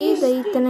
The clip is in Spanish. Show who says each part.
Speaker 1: ahí tienen